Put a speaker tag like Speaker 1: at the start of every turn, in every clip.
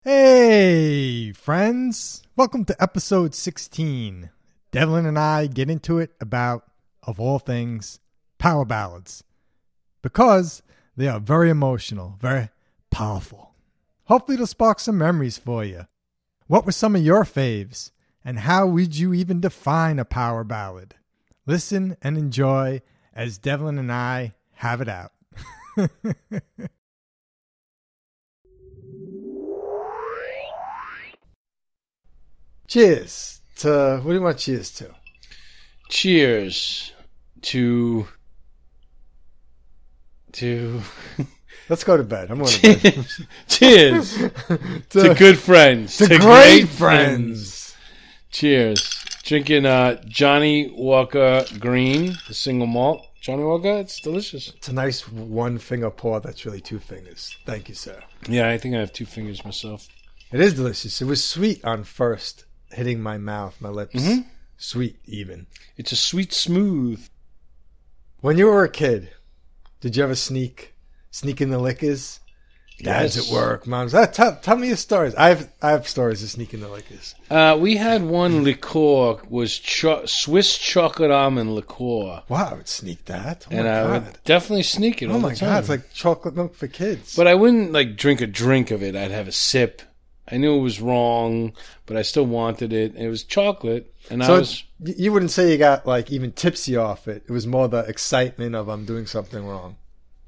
Speaker 1: Hey, friends. Welcome to episode 16. Devlin and I get into it about, of all things, power ballads because they are very emotional, very powerful. Hopefully, it'll spark some memories for you. What were some of your faves, and how would you even define a power ballad? Listen and enjoy as Devlin and I have it out. cheers to what do you want to cheers to?
Speaker 2: Cheers to to
Speaker 1: Let's go to bed. I'm going to bed.
Speaker 2: cheers to good friends
Speaker 1: to great friends.
Speaker 2: Cheers. Drinking uh, Johnny Walker Green, the single malt. Johnny Walker, it's delicious.
Speaker 1: It's a nice one finger pour that's really two fingers. Thank you, sir.
Speaker 2: Yeah, I think I have two fingers myself.
Speaker 1: It is delicious. It was sweet on first, hitting my mouth, my lips.
Speaker 2: Mhm.
Speaker 1: Sweet, even.
Speaker 2: It's a sweet smooth.
Speaker 1: When you were a kid, did you ever sneak, sneak in the liquors? Dad's
Speaker 2: Yes.
Speaker 1: at work, mom's. Ah, tell, tell me your stories. I have I have stories of sneaking the liquors.
Speaker 2: Uh, we had one liqueur was cho- Swiss chocolate almond liqueur,
Speaker 1: Wow, I would sneak that. Oh
Speaker 2: and
Speaker 1: my
Speaker 2: I
Speaker 1: god!
Speaker 2: would definitely sneak it.
Speaker 1: oh
Speaker 2: all
Speaker 1: my
Speaker 2: the time.
Speaker 1: god! It's like chocolate milk for kids.
Speaker 2: But I wouldn't like drink a drink of it. I'd have a sip. I knew it was wrong, but I still wanted it. It was chocolate, and
Speaker 1: so
Speaker 2: I
Speaker 1: it-
Speaker 2: was
Speaker 1: y- you wouldn't say you got like even tipsy off it. It was more the excitement of I'm doing something wrong.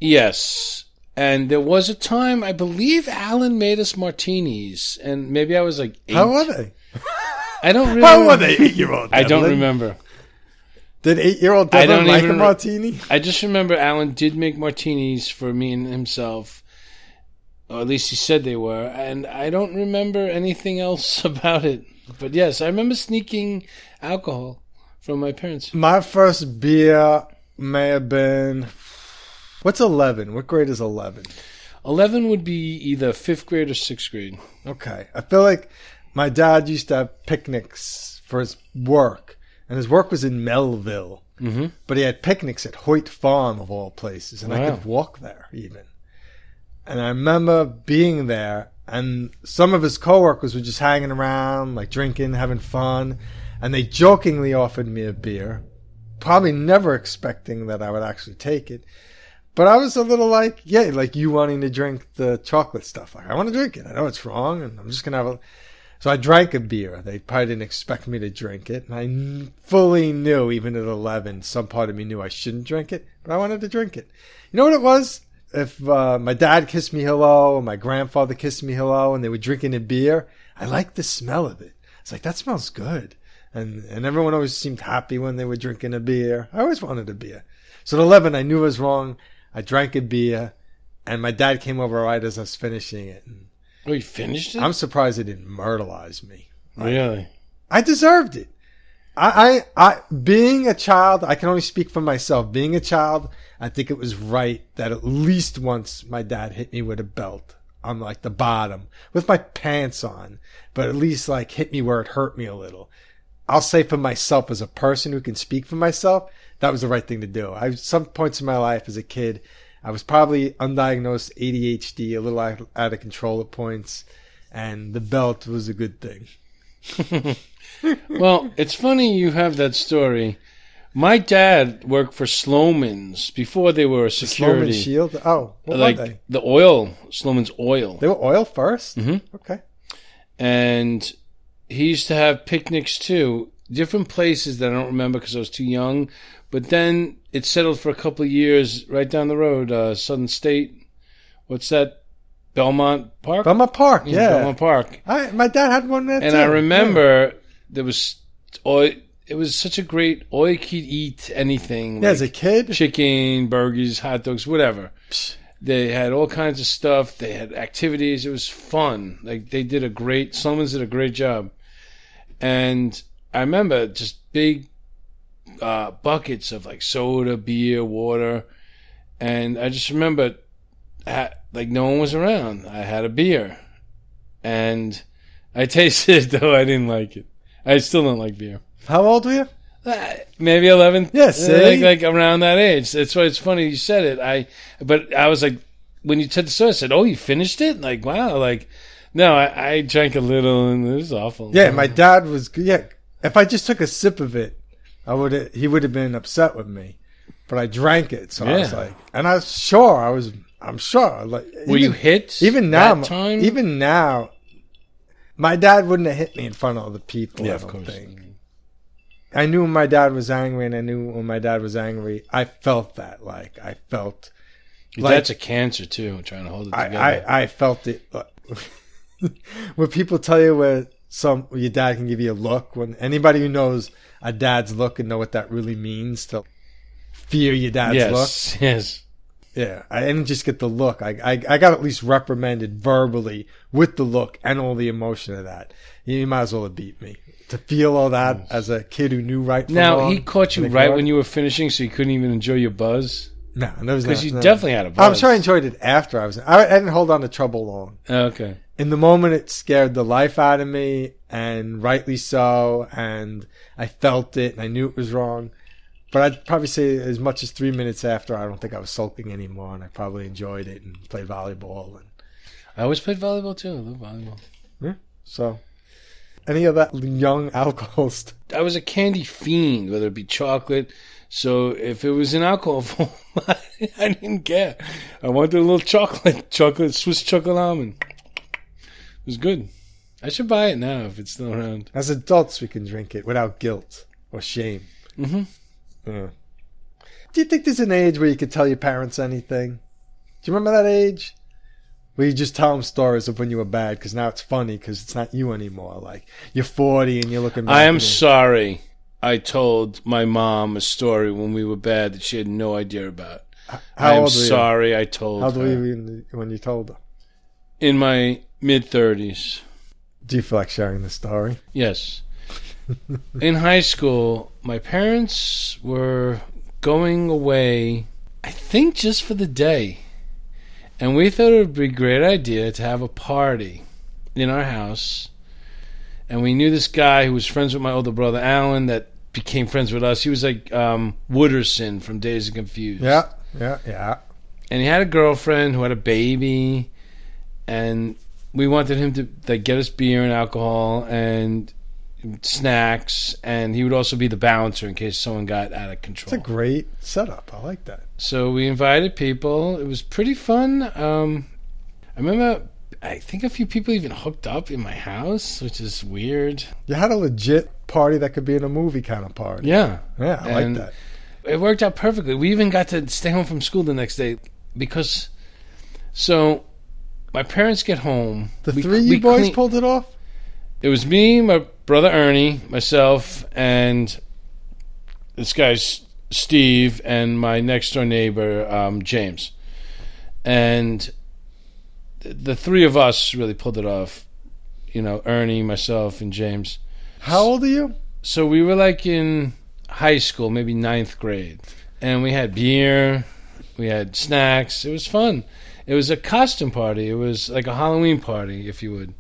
Speaker 2: yes. And there was a time I believe Alan made us martinis, and maybe I was like eight.
Speaker 1: How were they?
Speaker 2: I don't really.
Speaker 1: How were they eight year old?
Speaker 2: I don't remember.
Speaker 1: Did eight year old
Speaker 2: I
Speaker 1: Devlin
Speaker 2: don't
Speaker 1: like a
Speaker 2: even-
Speaker 1: martini?
Speaker 2: I just remember Alan did make martinis for me and himself, or at least he said they were, and I don't remember anything else about it. But yes, I remember sneaking alcohol from my parents.
Speaker 1: My first beer may have been. What's 11? What grade is 11?
Speaker 2: 11 would be either fifth grade or sixth grade.
Speaker 1: Okay. I feel like my dad used to have picnics for his work, and his work was in Melville.
Speaker 2: Mm-hmm.
Speaker 1: But he had picnics at Hoyt Farm, of all places, and I
Speaker 2: Wow.
Speaker 1: could walk there even. And I remember being there, and some of his coworkers were just hanging around, like drinking, having fun, and they jokingly offered me a beer, probably never expecting that I would actually take it. But I was a little like, yeah, like you wanting to drink the chocolate stuff. Like, I want to drink it. I know it's wrong, and I'm just going to have a. So I drank a beer. They probably didn't expect me to drink it. And I kn- fully knew, even at 11, some part of me knew I shouldn't drink it, but I wanted to drink it. You know what it was? If uh, my dad kissed me hello, and my grandfather kissed me hello, and they were drinking a beer, I liked the smell of it. It's like, that smells good. And, and everyone always seemed happy when they were drinking a beer. I always wanted a beer. So at 11, I knew I was wrong. I drank a beer, and my dad came over right as I was finishing it. And
Speaker 2: Oh, you finished it?
Speaker 1: I'm surprised it didn't myrtleize me.
Speaker 2: really?
Speaker 1: I deserved it. I, I, I, being a child, I can only speak for myself. Being a child, I think it was right that at least once my dad hit me with a belt on like the bottom with my pants on, but at least like hit me where it hurt me a little. I'll say for myself as a person who can speak for myself, that was the right thing to do. I, some points in my life as a kid, I was probably undiagnosed ADHD, a little out, out of control at points, and the belt was a good thing.
Speaker 2: well, it's funny you have that story. My dad worked for Sloman's before they were
Speaker 1: Sloman
Speaker 2: security.
Speaker 1: Shield. Oh, what
Speaker 2: like
Speaker 1: were they?
Speaker 2: the oil, Sloman's oil.
Speaker 1: They were oil 1st
Speaker 2: Mhm.
Speaker 1: Okay.
Speaker 2: and he used to have picnics too, different places that I don't remember because I was too young. But then it settled for a couple of years right down the road, uh, Southern State. What's that? Belmont Park.
Speaker 1: Belmont Park. Yeah.
Speaker 2: Belmont Park.
Speaker 1: I, my dad had one there
Speaker 2: Mm, and
Speaker 1: too.
Speaker 2: I remember there was oi it was such a great all you could eat anything
Speaker 1: Yeah,
Speaker 2: like
Speaker 1: as a kid.
Speaker 2: chicken, burgers, hot dogs, whatever.
Speaker 1: Psh.
Speaker 2: They had all kinds of stuff. They had activities. It was fun. Like they did a great. Someone's did a great job, and I remember just big uh, buckets of like soda, beer, water, and I just remember ha like no one was around. I had a beer, and I tasted it though I didn't like it. I still don't like beer.
Speaker 1: How old were you?
Speaker 2: Uh, maybe 11
Speaker 1: Yeah, see?
Speaker 2: like, like around that age that's why it's funny you said it i but i was like when you said the story i said oh you finished it like wow like No, I, I drank a little and it was awful.
Speaker 1: Yeah, my dad was. Yeah, if I just took a sip of it, I would. He would have been upset with me. But I drank it, so I was
Speaker 2: Yeah.
Speaker 1: like, and I was sure I was. I'm sure. Like,
Speaker 2: Were you
Speaker 1: even-
Speaker 2: hit?
Speaker 1: Even now,
Speaker 2: that time?
Speaker 1: even now, my dad wouldn't have hit me in front of other people.
Speaker 2: yeah,
Speaker 1: I
Speaker 2: of
Speaker 1: don't
Speaker 2: course.
Speaker 1: think. I knew when my dad was angry, and I knew when my dad was angry. I felt that, like I felt,
Speaker 2: Your
Speaker 1: Like-
Speaker 2: dad's a cancer too. Trying to hold it
Speaker 1: I,
Speaker 2: together.
Speaker 1: I, I felt it. uh, when people tell you where some where your dad can give you a look, when anybody who knows a dad's look and know what that really means to fear your dad's look,
Speaker 2: yes, yes.
Speaker 1: Yeah, I didn't just get the look. I, I I got at least reprimanded verbally with the look and all the emotion of that. You, you might as well have beat me to feel all that as a kid who knew right from
Speaker 2: Now
Speaker 1: wrong.
Speaker 2: he caught you
Speaker 1: Like,
Speaker 2: right
Speaker 1: what?
Speaker 2: when you were finishing, so you couldn't even enjoy your buzz
Speaker 1: No, there was
Speaker 2: because
Speaker 1: no-
Speaker 2: you
Speaker 1: no.
Speaker 2: definitely had a buzz.
Speaker 1: I'm sure I enjoyed it after I was. I, I didn't hold on to trouble long.
Speaker 2: Okay.
Speaker 1: In the moment, it scared the life out of me, and rightly so. And I felt it, and I knew it was wrong. But I'd probably say as much as three minutes after, I don't think I was sulking anymore, and I probably enjoyed it and played volleyball and.
Speaker 2: I always played volleyball too. I love volleyball.
Speaker 1: So, any of that young alcohol stuff?
Speaker 2: I was a candy fiend, whether it be chocolate. So if it was in alcohol form, I didn't care. I wanted a little chocolate, chocolate Swiss chocolate almond. It was good. I should buy it now if it's still around.
Speaker 1: As adults, we can drink it without guilt or shame.
Speaker 2: Mm-hmm.
Speaker 1: Yeah. Do you think there's an age where you could tell your parents anything? Do you remember that age? Where you just tell them stories of when you were bad because now it's funny because it's not you anymore. Like, you're 40 and you're looking back.
Speaker 2: I am
Speaker 1: and-
Speaker 2: sorry. I told my mom a story when we were bad that she had no idea about. I
Speaker 1: How
Speaker 2: am
Speaker 1: old were you?
Speaker 2: sorry I told
Speaker 1: How old were
Speaker 2: her.
Speaker 1: you when- when you told them?
Speaker 2: in my mid 30s.
Speaker 1: Do you feel like sharing the story?
Speaker 2: Yes. in high school, my parents were going away, I think just for the day. And we thought it would be a great idea to have a party in our house. And we knew this guy who was friends with my older brother, Alan, that became friends with us. He was like um, Wooderson from Days of Confused
Speaker 1: Yeah, yeah, yeah.
Speaker 2: and he had a girlfriend who had a baby and we wanted him to like get us beer and alcohol and snacks and he would also be the bouncer in case someone got out of
Speaker 1: It's a
Speaker 2: control
Speaker 1: great setup. I like that.
Speaker 2: so we invited people it was pretty fun um i remember i think a few people even hooked up in my house which is weird
Speaker 1: You had a legit party that could be in a movie kind of party.
Speaker 2: yeah
Speaker 1: Yeah, I like
Speaker 2: And-
Speaker 1: that.
Speaker 2: it worked out perfectly. We even got to stay home from school the next day because. So, my parents get home.
Speaker 1: The
Speaker 2: We-
Speaker 1: three
Speaker 2: we
Speaker 1: you boys
Speaker 2: clean-
Speaker 1: pulled it off?
Speaker 2: It was me, my brother Ernie, myself, and this guy S- Steve, and my next door neighbor um, James, and th- the three of us really pulled it off. You know, Ernie, myself, and James.
Speaker 1: How old are you?
Speaker 2: So we were like in high school, maybe ninth grade, and we had beer, we had snacks. It was fun. It was a costume party. It was like a Halloween party, if you would,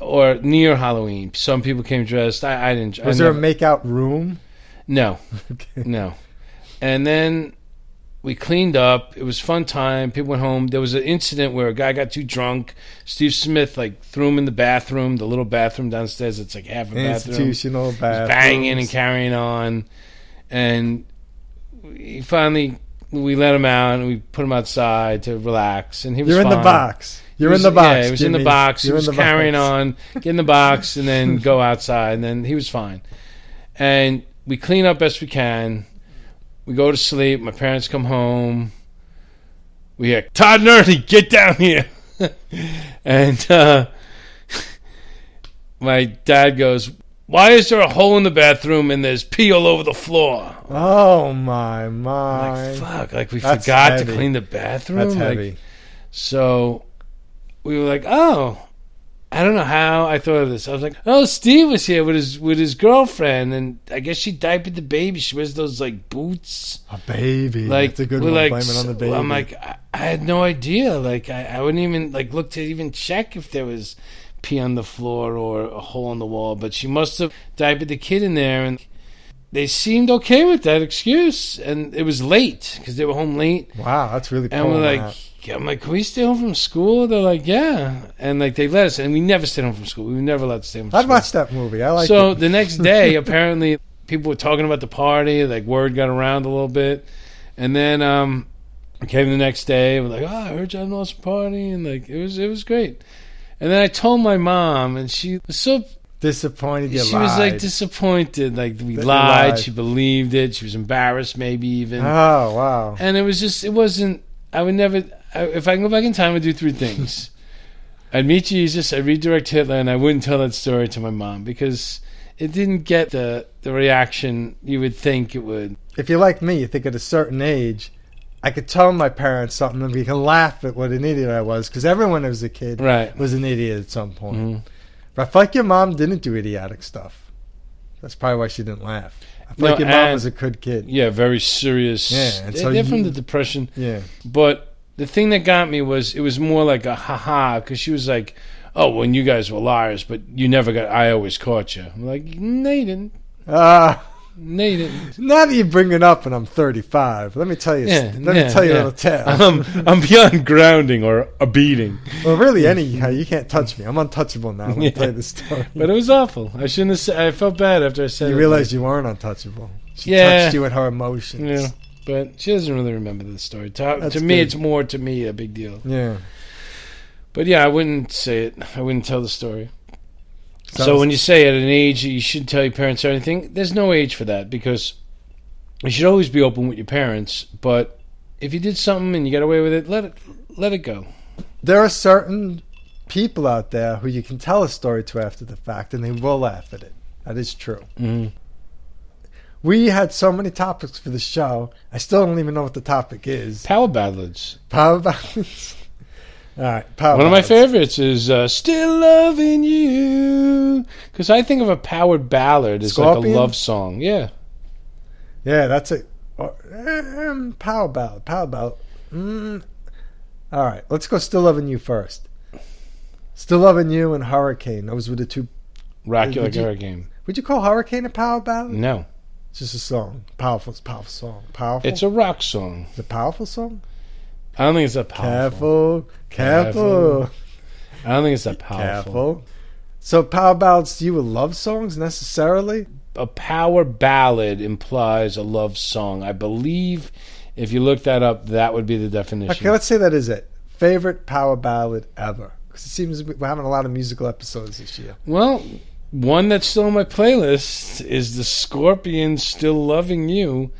Speaker 2: or near Halloween. Some people came dressed. I, I didn't. I
Speaker 1: Was there a
Speaker 2: never-
Speaker 1: makeout room?
Speaker 2: no?
Speaker 1: Okay.
Speaker 2: No. And then we cleaned up. It was a fun time. People went home. There was an incident where a guy got too drunk. Steve Smith like threw him in the bathroom, the little bathroom downstairs. It's like half a bathroom
Speaker 1: Institutional bathroom.
Speaker 2: banging and carrying on, and he finally we let him out and we put him outside to relax, and he was
Speaker 1: You're in the
Speaker 2: fine.
Speaker 1: box. You're
Speaker 2: He
Speaker 1: in
Speaker 2: was-
Speaker 1: the box.
Speaker 2: Yeah, he was in the
Speaker 1: Jimmy.
Speaker 2: box. He
Speaker 1: You're in
Speaker 2: was
Speaker 1: the box.
Speaker 2: carrying on, get in the box, and then go outside, and then he was fine. And we clean up best we can. We go to sleep. My parents come home. We hear Todd and Ernie, get down here, and uh, my dad goes, "Why is there a hole in the bathroom and there's pee all over the floor?"
Speaker 1: Oh my
Speaker 2: Like
Speaker 1: my.
Speaker 2: fuck, like we
Speaker 1: That's
Speaker 2: forgot to
Speaker 1: heavy.
Speaker 2: clean the bathroom.
Speaker 1: That's
Speaker 2: Like,
Speaker 1: heavy.
Speaker 2: so we were like, oh, I don't know how I thought of this. I was like, oh, Steve was here with his with his girlfriend, and I guess she diapered the baby. She wears those like boots.
Speaker 1: a baby.
Speaker 2: Like
Speaker 1: That's a good
Speaker 2: we're
Speaker 1: one.
Speaker 2: like,
Speaker 1: Blame it on the
Speaker 2: so-
Speaker 1: baby.
Speaker 2: I'm like, I, I had no idea. Like I, I wouldn't even like look to even check if there was pee on the floor or a hole in the wall. But she must have diapered the kid in there, and they seemed okay with that excuse, and it was late because they were home late.
Speaker 1: Oh, Wow, that's really
Speaker 2: And
Speaker 1: pulling
Speaker 2: we're
Speaker 1: one
Speaker 2: like,
Speaker 1: out.
Speaker 2: I'm like, can we stay home from school? They're like, yeah. And like, they let us, and we never stayed home from school. We were never allowed to stay home from
Speaker 1: I'd
Speaker 2: school.
Speaker 1: watch that movie. I like
Speaker 2: so
Speaker 1: it.
Speaker 2: the next day, apparently, people were talking about the party. Like, word got around a little bit. And then um, I came the next day. and was like, oh, I heard you had an awesome party. And like, it was, it was great. And then I told my mom, and she was so
Speaker 1: disappointed you
Speaker 2: she was like
Speaker 1: lied.
Speaker 2: disappointed. Like we
Speaker 1: That you
Speaker 2: lied.
Speaker 1: lied.
Speaker 2: She believed it. She was embarrassed, maybe even.
Speaker 1: Oh wow!
Speaker 2: And it was just, it wasn't. I would never. I, if I can go back in time, I'd do three things. I'd meet Jesus. I'd redirect Hitler, and I wouldn't tell that story to my mom because it didn't get the the reaction you would think it would.
Speaker 1: If you're like me, you think at a certain age, I could tell my parents something and we can laugh at what an idiot I was because everyone as a kid
Speaker 2: Right.
Speaker 1: was an idiot at some point.
Speaker 2: Mhm.
Speaker 1: But I feel like your mom didn't do idiotic stuff. That's probably why she didn't laugh. I feel
Speaker 2: No,
Speaker 1: like your mom
Speaker 2: and-
Speaker 1: was a good kid.
Speaker 2: Yeah, very serious.
Speaker 1: Yeah, and so
Speaker 2: they're from
Speaker 1: you-
Speaker 2: the depression.
Speaker 1: Yeah.
Speaker 2: But the thing that got me was it was more like a haha because she was like, "Oh, when you guys were liars, but you never got. I always caught you." I'm like, "No, you didn't.
Speaker 1: Uh,
Speaker 2: No, you didn't.
Speaker 1: now that you bring it up and I'm 35, let me tell you.
Speaker 2: Yeah,
Speaker 1: let
Speaker 2: yeah,
Speaker 1: me tell you
Speaker 2: yeah.
Speaker 1: a little tale.
Speaker 2: I'm Um, I'm beyond grounding or a beating."
Speaker 1: well, really, anyhow, you can't touch me. I'm untouchable now. When I
Speaker 2: Yeah.
Speaker 1: tell you this story.
Speaker 2: But it was awful. I shouldn't have. Said, I felt bad after I said.
Speaker 1: you
Speaker 2: it.
Speaker 1: realized you weren't untouchable. She
Speaker 2: Yeah.
Speaker 1: touched you with her emotions.
Speaker 2: Yeah. But she doesn't really remember the story. To,
Speaker 1: That's
Speaker 2: to me,
Speaker 1: good.
Speaker 2: it's more to me a big deal.
Speaker 1: Yeah.
Speaker 2: But yeah, I wouldn't say it. I wouldn't tell the story.
Speaker 1: So-
Speaker 2: so when you say at an age that you shouldn't tell your parents anything, there's no age for that because you should always be open with your parents. But if you did something and you got away with it, let it let it go.
Speaker 1: There are certain people out there who you can tell a story to after the fact and they will laugh at it. That is true.
Speaker 2: Mm-hmm.
Speaker 1: We had so many topics for the show. I still don't even know what the topic is.
Speaker 2: Power ballads.
Speaker 1: Power balance. All right, power.
Speaker 2: One of my
Speaker 1: ballads.
Speaker 2: favorites is uh, "Still Loving You" because I think of a powered ballad as like
Speaker 1: Scorpion?
Speaker 2: a love song. Yeah,
Speaker 1: Yeah, that's it. Or, um, power ballad. Power ballad. Mm. All right, let's go. Still loving you first. Still loving you and Hurricane. Those were the two.
Speaker 2: "Rock You
Speaker 1: Would
Speaker 2: Like a
Speaker 1: you-
Speaker 2: Hurricane."
Speaker 1: Would you call Hurricane a power ballad?
Speaker 2: No,
Speaker 1: It's just a song. Powerful. It's a powerful song. Powerful.
Speaker 2: it's a rock song.
Speaker 1: It's a powerful song.
Speaker 2: I don't think it's that powerful.
Speaker 1: Careful. Careful.
Speaker 2: I don't think it's that powerful.
Speaker 1: Careful. So power ballads, do you with love songs necessarily?
Speaker 2: a power ballad implies a love song. I believe if you look that up, that would be the definition.
Speaker 1: Okay, let's say that is it. Favorite power ballad ever? Because it seems we're having a lot of musical episodes this year.
Speaker 2: Well, one that's still on my playlist is the Scorpions "Still Loving You."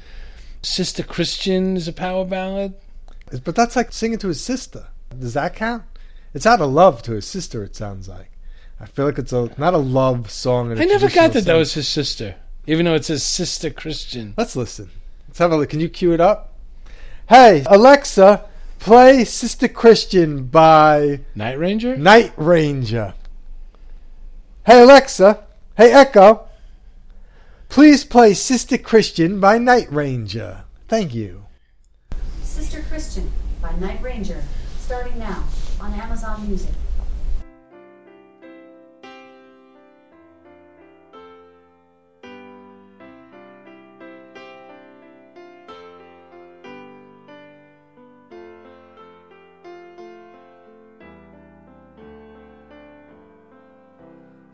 Speaker 2: Sister Christian is a power ballad.
Speaker 1: It's- But that's like singing to his sister. Does that count? It's out of love to his sister. It sounds like. I feel like it's a not a love song. in a
Speaker 2: I never
Speaker 1: traditional
Speaker 2: got that that
Speaker 1: sense.
Speaker 2: was his sister, even though it says Sister Christian.
Speaker 1: Let's listen. Let's have a look. Can you cue it up? Hey Alexa, play Sister Christian by
Speaker 2: Night Ranger.
Speaker 1: Night Ranger. Hey Alexa, hey Echo, please play Sister Christian by Night Ranger. Thank you.
Speaker 3: Sister Christian by Night Ranger, starting now on Amazon Music.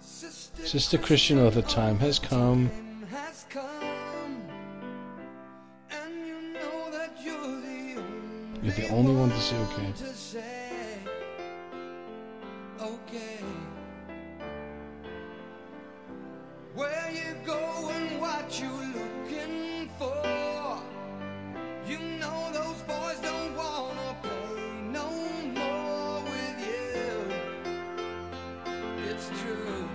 Speaker 2: Sister Christian of the time has come.
Speaker 4: has come, and you know that you're the only
Speaker 2: You're the only one to say okay.
Speaker 4: to say, okay. Where you going, what you looking for? You know those boys don't wanna play no more with you. It's true.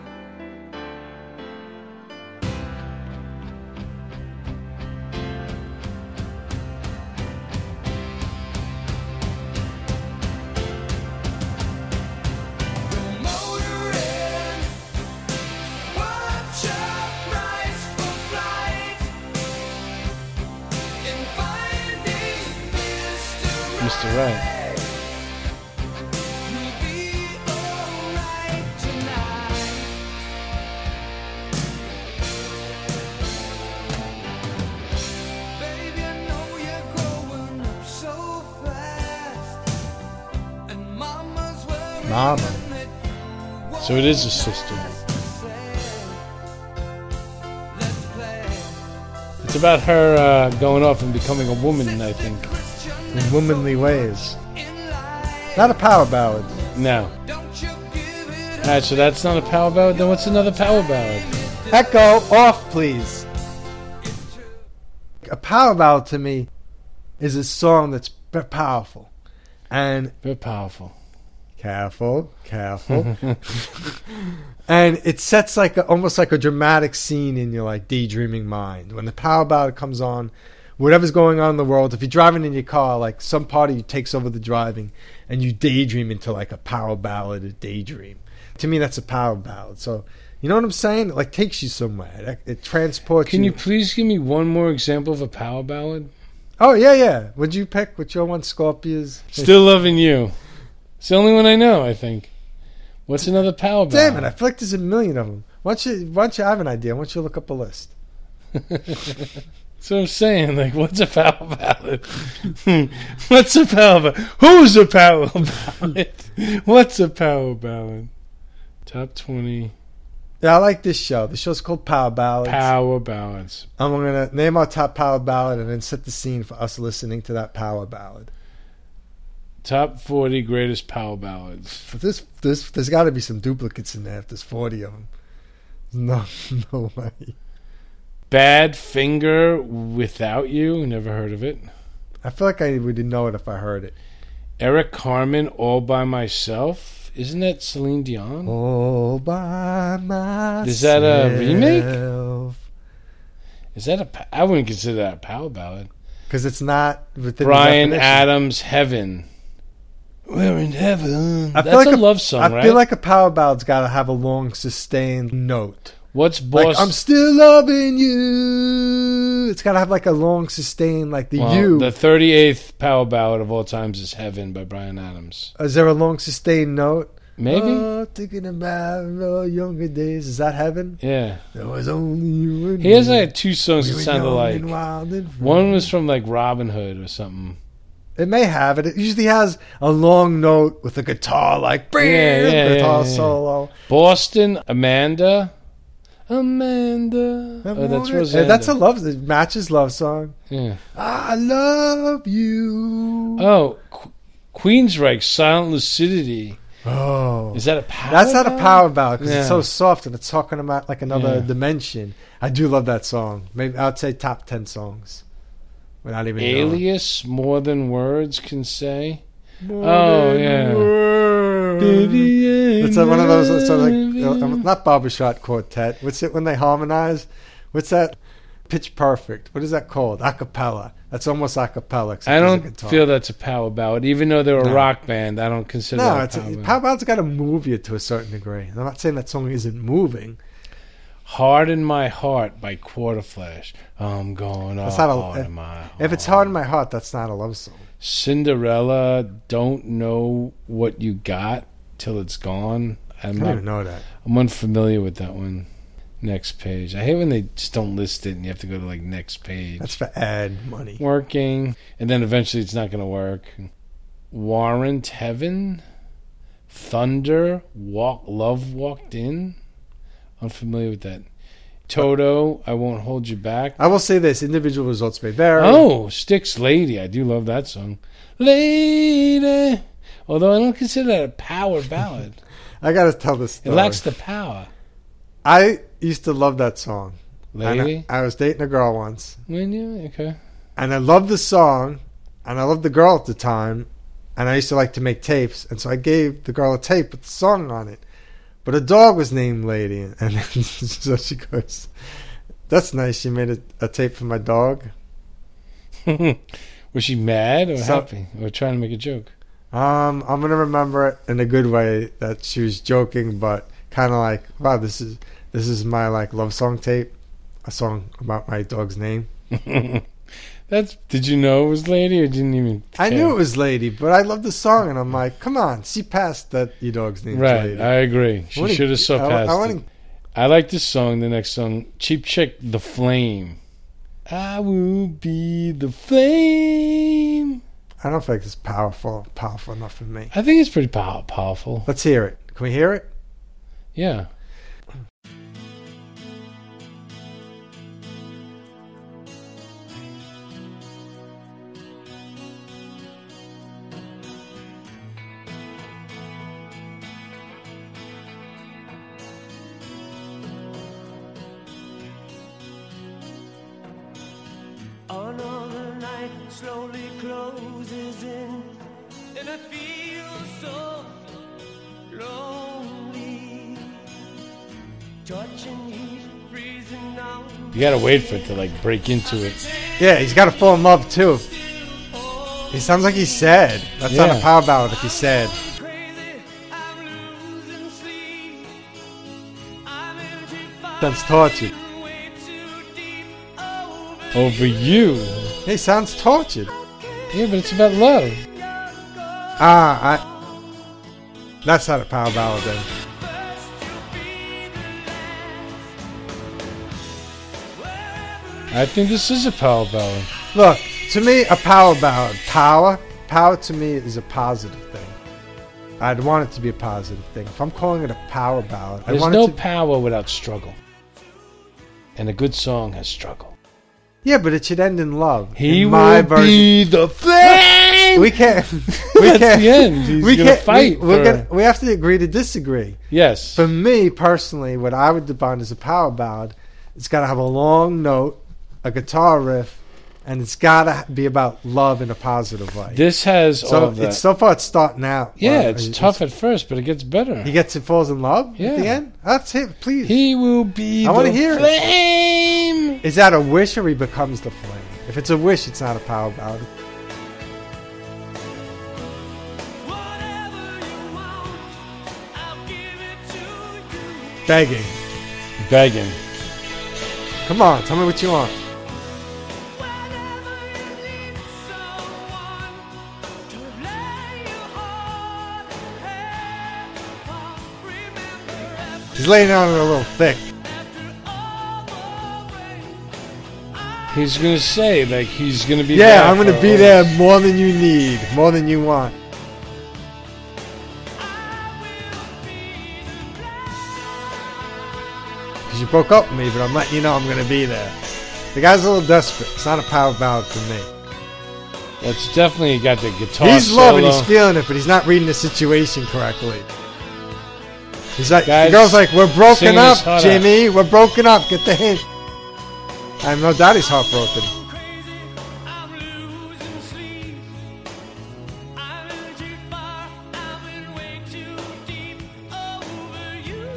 Speaker 2: Mr. Right.
Speaker 4: Tonight.
Speaker 1: mama.
Speaker 2: So it is a sister. It's about her uh, going off and becoming a woman, I think.
Speaker 1: in womanly ways. Not a power ballad.
Speaker 2: No. Alright, so that's not a power ballad? Then what's another power ballad?
Speaker 1: Echo off, please. A power ballad to me is a song that's p- powerful. And
Speaker 2: Very powerful.
Speaker 1: careful, careful. and it sets like a, almost like a dramatic scene in your like daydreaming mind. When the power ballad comes on, whatever's going on in the world, if you're driving in your car, like some part of you takes over the driving and you daydream into like a power ballad, a daydream. To me, that's a power ballad. So, you know what I'm saying? It like takes you somewhere. It, it transports
Speaker 2: Can you
Speaker 1: you.
Speaker 2: please give me one more example of a power ballad?
Speaker 1: Oh, yeah, yeah. Would you pick with your one Scorpius?
Speaker 2: Still loving you. It's the only one I know, I think. What's another power ballad?
Speaker 1: Damn it, I feel like there's a million of them. Why don't you, why don't you I have an idea? Why don't you look up a list?
Speaker 2: That's what I'm saying. Like, what's a power ballad? what's a power ballad? Who's a power ballad? what's a power ballad? Top 20
Speaker 1: Yeah, I like this show. The show's called Power Ballads.
Speaker 2: power ballads.
Speaker 1: I'm gonna name our top power ballad and then set the scene for us listening to that power ballad.
Speaker 2: Top 40 greatest power ballads.
Speaker 1: But this, this, there's got to be some duplicates in there. If there's 40 of them, no, no way.
Speaker 2: Bad Finger Without You. Never heard of it.
Speaker 1: I feel like I would know it if I heard it.
Speaker 2: Eric Carmen All By Myself. Isn't that Celine Dion?
Speaker 1: All by myself.
Speaker 2: Is that a remake? Is that a? pa- I wouldn't consider that a power ballad.
Speaker 1: Because it's not within
Speaker 2: Brian
Speaker 1: the definition.
Speaker 2: Adams Heaven. We're in heaven.
Speaker 1: I feel
Speaker 2: That's
Speaker 1: like
Speaker 2: a love song,
Speaker 1: I
Speaker 2: right?
Speaker 1: feel like a power ballad's got to have a long sustained note.
Speaker 2: What's
Speaker 1: Like
Speaker 2: boss?
Speaker 1: I'm still loving you. It's got to have like a long sustained like the
Speaker 2: Well,
Speaker 1: you.
Speaker 2: The 38th power ballad of all times is Heaven by Brian Adams.
Speaker 1: Is there a long sustained note?
Speaker 2: Maybe?
Speaker 1: Oh, thinking about our younger days. Is that heaven?
Speaker 2: yeah.
Speaker 1: There was only you and
Speaker 2: He has
Speaker 1: me.
Speaker 2: like two songs
Speaker 1: We
Speaker 2: that
Speaker 1: were
Speaker 2: sound
Speaker 1: young
Speaker 2: alike.
Speaker 1: and wild and free.
Speaker 2: One was from like Robin Hood or something.
Speaker 1: It may have it. It usually has a long note with a guitar like
Speaker 2: Yeah, yeah,
Speaker 1: guitar
Speaker 2: yeah, Oh, yeah.
Speaker 1: solo.
Speaker 2: Boston Amanda. Amanda. Oh, that's
Speaker 1: Yeah,
Speaker 2: Rosanna.
Speaker 1: that's a love. It matches love song.
Speaker 2: Yeah.
Speaker 1: I love you.
Speaker 2: Oh, Qu- Queensryche Silent Lucidity.
Speaker 1: oh.
Speaker 2: Is that a power?
Speaker 1: That's not a
Speaker 2: ballad?
Speaker 1: power ballad because
Speaker 2: Yeah.
Speaker 1: it's so soft and it's talking about like another
Speaker 2: Yeah.
Speaker 1: dimension. I do love that song. Maybe I'd say top ten songs. Without even knowing.
Speaker 2: Alias, more than words can say.
Speaker 1: More
Speaker 2: Oh,
Speaker 1: than
Speaker 2: yeah.
Speaker 1: words. It's uh, one of those. It's uh, like uh, not barbershop quartet. What's it when they harmonize? What's that? Pitch perfect. What is that called? Acapella. That's almost acapella. except
Speaker 2: I
Speaker 1: there's a
Speaker 2: don't
Speaker 1: guitar.
Speaker 2: feel that's a power ballad, even though they're a
Speaker 1: No.
Speaker 2: rock band. I don't consider
Speaker 1: No,
Speaker 2: that
Speaker 1: it's
Speaker 2: a power,
Speaker 1: a,
Speaker 2: ballad.
Speaker 1: power ballad's got to move you to a certain degree. I'm not saying that song isn't moving.
Speaker 2: "Hard in My Heart" by Quarterflash. I'm going all
Speaker 1: That's not a-
Speaker 2: hard in my heart.
Speaker 1: If it's hard in my heart, that's not a love song.
Speaker 2: Cinderella, don't know what you got till it's gone. I'm
Speaker 1: I don't
Speaker 2: not,
Speaker 1: even know that.
Speaker 2: I'm unfamiliar with that one. Next page. I hate when they just don't list it, and you have to go to like next page.
Speaker 1: That's for ad money.
Speaker 2: working, and then eventually it's not going to work. Warrant Heaven, Thunder, Walk Love Walked In. Unfamiliar with that. Toto, I won't hold you back.
Speaker 1: I will say this: individual results may vary.
Speaker 2: Oh, Sticks Lady, I do love that song. Lady, although I don't consider that a power ballad.
Speaker 1: I gotta tell this
Speaker 2: It
Speaker 1: story.
Speaker 2: lacks the power.
Speaker 1: I used to love that song. And
Speaker 2: Lady,
Speaker 1: I, I was dating a girl once,
Speaker 2: when you okay,
Speaker 1: and I loved the song, and I loved the girl at the time, and I used to like to make tapes, and so I gave the girl a tape with the song on it. But a dog was named Lady, and then so she goes, "That's nice. You made a, a tape for my dog."
Speaker 2: was she mad or
Speaker 1: So-
Speaker 2: happy or trying to make a joke?
Speaker 1: Um, I'm gonna remember it in a good way that she was joking, but kind of like, wow, this is this is my like love song tape, a song about my dog's name.
Speaker 2: That's. Did you know it was Lady or didn't even?
Speaker 1: I
Speaker 2: care?
Speaker 1: knew it was Lady, but I loved the song, and I'm like, come on, see past that your dog's name,
Speaker 2: Right,
Speaker 1: Lady.
Speaker 2: I agree. She
Speaker 1: What a-
Speaker 2: should have saw
Speaker 1: I-
Speaker 2: past.
Speaker 1: I
Speaker 2: I,
Speaker 1: wanna-
Speaker 2: I like this song. The next song, Cheap Chick, "The Flame." I will be the flame.
Speaker 1: I I don't think it's powerful, powerful enough for me.
Speaker 2: I think it's pretty pow- powerful.
Speaker 1: Let's hear it. Can we hear it?
Speaker 2: Yeah.
Speaker 5: Another night slowly closes in, and I feel so lonely. Touching heat, freezing out.
Speaker 2: You gotta wait for it to like break into it.
Speaker 1: Yeah, he's got to fall in love too. He sounds like he's sad. That's not
Speaker 2: Yeah.
Speaker 1: a power ballad if he's sad.
Speaker 5: Crazy, I'm losing sleep. I'm electrified,
Speaker 1: Sounds tortured.
Speaker 5: way too deep over
Speaker 2: Over you.
Speaker 1: He sounds tortured.
Speaker 2: Yeah, but it's about love.
Speaker 1: Ah, I. That's not a power ballad then.
Speaker 2: I think this is a power ballad.
Speaker 1: Look, to me, a power ballad, power, power to me is a positive thing. I'd want it to be a positive thing. If I'm calling it a power ballad, I
Speaker 2: There's
Speaker 1: want
Speaker 2: no
Speaker 1: it to.
Speaker 2: power without struggle. And a good song has struggle.
Speaker 1: yeah, but it should end in love.
Speaker 2: He
Speaker 1: in
Speaker 2: will
Speaker 1: my version.
Speaker 2: be the flame.
Speaker 1: We can't. We
Speaker 2: That's
Speaker 1: can't.
Speaker 2: the end. He's
Speaker 1: we
Speaker 2: gonna
Speaker 1: can't.
Speaker 2: fight
Speaker 1: We, we're
Speaker 2: for-
Speaker 1: gonna, we have to agree to disagree.
Speaker 2: yes.
Speaker 1: For me personally, what I would define as a power ballad, it's got to have a long note, a guitar riff, and it's got to be about love in a positive way.
Speaker 2: This has all
Speaker 1: so
Speaker 2: of that.
Speaker 1: it's so far it's starting out.
Speaker 2: yeah,
Speaker 1: Well,
Speaker 2: it's tough at first, but it gets better.
Speaker 1: He gets it falls in love at
Speaker 2: Yeah.
Speaker 1: the end. That's it. Please,
Speaker 2: He will be
Speaker 1: I
Speaker 2: the
Speaker 1: wanna hear it.
Speaker 2: flame.
Speaker 1: is that a wish or he becomes the flame? If it's a wish, it's not a power ballad.
Speaker 5: whatever you want. I'll give it to you.
Speaker 1: Begging.
Speaker 2: Begging.
Speaker 1: Come on, tell me what you want.
Speaker 5: Whenever you need someone to lay your heart and heart, remember after
Speaker 1: He's laying on it a little thick.
Speaker 5: all the way,
Speaker 2: He's gonna say like he's gonna be.
Speaker 1: Yeah,
Speaker 2: there
Speaker 1: I'm
Speaker 2: for
Speaker 1: gonna be
Speaker 2: all-
Speaker 1: there more than you need, more than you want.
Speaker 5: I will be the
Speaker 1: Cause you broke up with me, but I'm letting you know I'm gonna be there. The guy's a little desperate. It's not a power ballad for me.
Speaker 2: That's definitely got the guitar.
Speaker 1: he's loving,
Speaker 2: solo.
Speaker 1: he's feeling it, but he's not reading the situation correctly. He's like,
Speaker 2: Guys,
Speaker 1: the girl's like, we're broken
Speaker 2: singing
Speaker 1: up,
Speaker 2: his heart
Speaker 1: Jimmy. We're broken up. Get the hint. I have no doubt he's heartbroken.
Speaker 5: crazy, I'm losing sleep. I'm in too far, I'm in way too deep over you.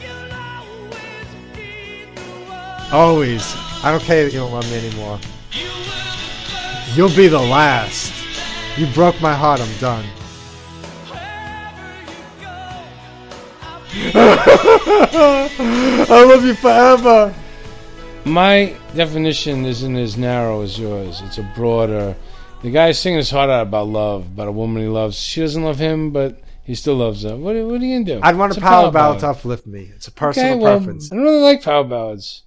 Speaker 5: You'll always be the one.
Speaker 1: Always. I don't care that you don't love me anymore.
Speaker 5: You were the first
Speaker 1: You'll be the last. You broke my heart. I'm done.
Speaker 5: wherever you go.
Speaker 1: I love you forever.
Speaker 2: My definition isn't as narrow as yours. It's a broader. The guy's singing his heart out about love, about a woman he loves. She doesn't love him, but he still loves her. What, what are you gonna do?
Speaker 1: I'd want
Speaker 2: It's
Speaker 1: a power ballad
Speaker 2: ballad.
Speaker 1: to uplift me. It's a personal
Speaker 2: okay, well,
Speaker 1: preference.
Speaker 2: I don't really like power ballads.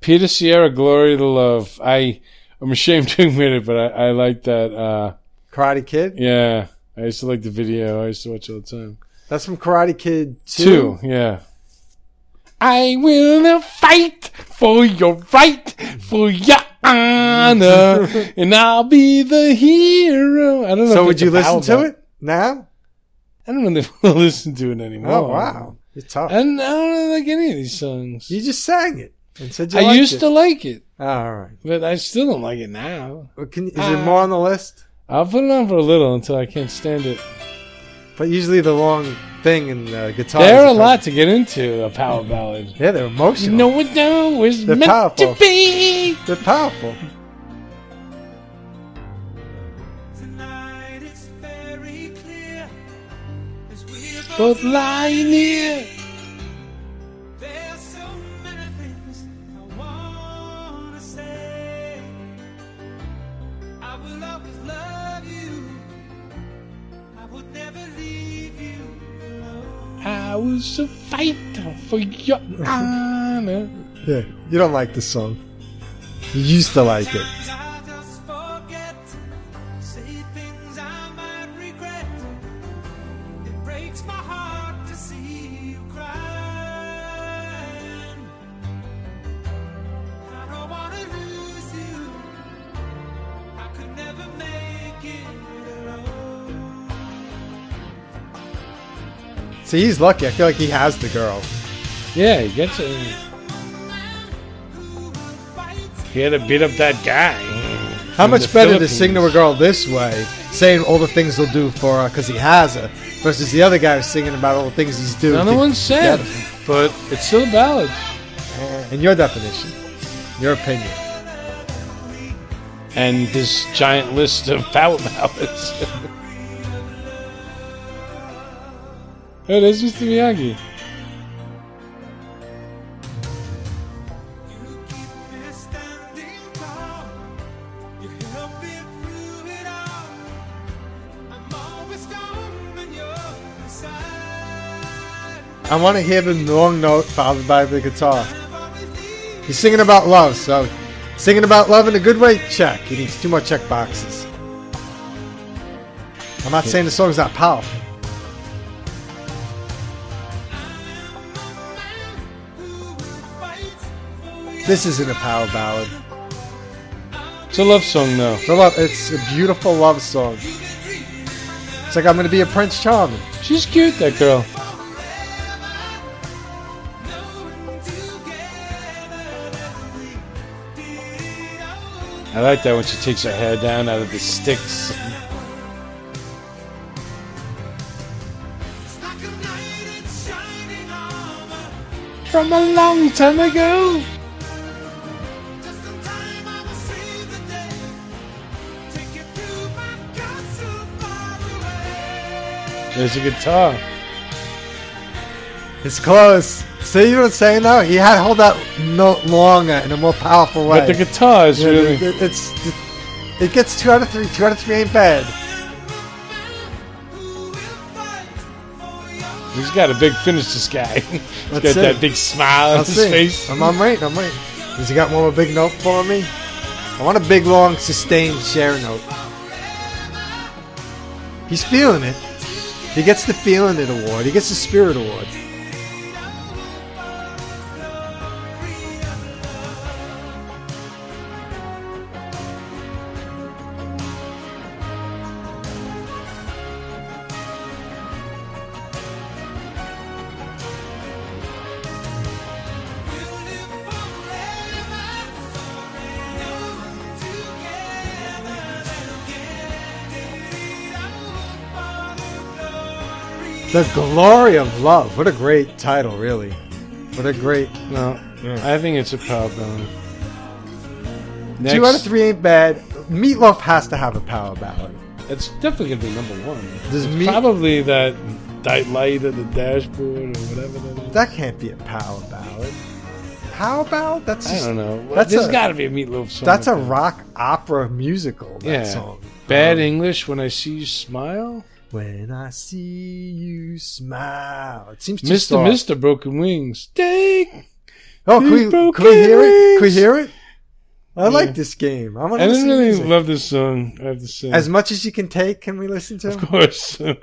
Speaker 2: Peter Sierra, "Glory to Love." I I'm ashamed to admit it, but I, I like that. Uh,
Speaker 1: Karate Kid.
Speaker 2: yeah, I used to like the video. I used to watch it all the time.
Speaker 1: That's from Karate Kid Two.
Speaker 2: Two, yeah. I will fight for your right, for your honor, and I'll be the hero. I don't know.
Speaker 1: So
Speaker 2: if
Speaker 1: would
Speaker 2: it's
Speaker 1: you
Speaker 2: a power
Speaker 1: listen to
Speaker 2: ballad.
Speaker 1: it now?
Speaker 2: I don't know if I'll listen to it anymore.
Speaker 1: Oh wow, you're tough.
Speaker 2: And I don't really like any of these songs.
Speaker 1: You just sang it and said you
Speaker 2: I
Speaker 1: liked
Speaker 2: used
Speaker 1: it.
Speaker 2: to like it,
Speaker 1: Oh, all right.
Speaker 2: but I still don't like it now.
Speaker 1: Well, can, is it
Speaker 2: Ah.
Speaker 1: more on the list?
Speaker 2: I'll put it on for a little until I can't stand it.
Speaker 1: But usually the long thing and the guitar.
Speaker 2: There are a lot to get into a power ballad.
Speaker 1: Yeah, they're
Speaker 2: You
Speaker 1: emotional.
Speaker 2: know what now is
Speaker 1: They're
Speaker 2: meant
Speaker 1: powerful.
Speaker 2: to be.
Speaker 1: they're powerful.
Speaker 5: Tonight it's very clear as we are both
Speaker 2: Both lying here.
Speaker 5: there's so many things I wanna say. I will always love you. I would never leave you alone.
Speaker 2: I was a fighter for your honor.
Speaker 1: Yeah, you don't like this song. You used to like it.
Speaker 5: Sometimes I just forget Oh,
Speaker 1: See, he's lucky. I feel like he has the girl.
Speaker 2: Yeah, he gets it. He had to beat up that guy.
Speaker 1: How much better to sing to a girl this way, saying all the things he'll do for her because he has her, versus the other guy who's singing about all the things he's doing.
Speaker 2: Another
Speaker 1: to
Speaker 2: one
Speaker 1: get
Speaker 2: said, but it's still a ballad.
Speaker 1: her. In your definition, your opinion.
Speaker 2: And this giant list of power ballads. There it Oh, is, Mr. Miyagi.
Speaker 1: I want to hear the long note followed by the guitar. He's singing about love, so singing about love in a good way. Check. He needs two more check boxes. I'm not saying the song's not powerful. This isn't a power ballad.
Speaker 2: It's a love song, though.
Speaker 1: It's a, love, it's a beautiful love song. It's like I'm gonna be a Prince Charming.
Speaker 2: She's cute, that girl. I like that when she takes her hair down out of the sticks. From a long time ago. There's a guitar.
Speaker 1: It's close. See what I'm saying though? He had to hold that note longer in a more powerful way.
Speaker 2: But the guitar is
Speaker 1: Yeah,
Speaker 2: really.
Speaker 1: it, it- it's it gets two out of three. Two out of three ain't bad.
Speaker 2: He's got a big finish, this guy. He's got
Speaker 1: That's it.
Speaker 2: that big smile on
Speaker 1: I'll
Speaker 2: his
Speaker 1: see. Oh,
Speaker 2: face.
Speaker 1: I'm, I'm waiting. I'm waiting. Has he got one more big note for me? I want a big, long, sustained share note. He's feeling it. He gets the feeling it award. He gets the spirit award. The glory of love. What a great title, really. What a great.
Speaker 2: No,
Speaker 1: Yeah.
Speaker 2: I think it's a power ballad.
Speaker 1: Two out of
Speaker 2: Next-
Speaker 1: three ain't bad. Meatloaf has to have a power ballad.
Speaker 2: It's definitely gonna be number one.
Speaker 1: Does
Speaker 2: It's
Speaker 1: me-
Speaker 2: probably that that light of the dashboard or whatever that is.
Speaker 1: That can't be a power ballad. Power ballad? That's
Speaker 2: I
Speaker 1: just,
Speaker 2: don't know.
Speaker 1: that's
Speaker 2: That's has
Speaker 1: a-
Speaker 2: got to be a meatloaf song.
Speaker 1: That's a
Speaker 2: right
Speaker 1: rock opera musical. That
Speaker 2: there. yeah.
Speaker 1: song.
Speaker 2: Bad
Speaker 1: Um,
Speaker 2: English when I see you smile.
Speaker 1: When I see you smile, it seems too
Speaker 2: Mister
Speaker 1: soft.
Speaker 2: Mister Broken Wings. Take
Speaker 1: Oh, can
Speaker 2: These
Speaker 1: we, can
Speaker 2: broken
Speaker 1: we hear it? Can we
Speaker 2: wings.
Speaker 1: hear it? I
Speaker 2: Yeah.
Speaker 1: like this game. I want
Speaker 2: I
Speaker 1: to
Speaker 2: didn't
Speaker 1: listen
Speaker 2: really
Speaker 1: to music.
Speaker 2: love this song. I have to say,
Speaker 1: As much as you can take, can we listen to?
Speaker 2: of course. Can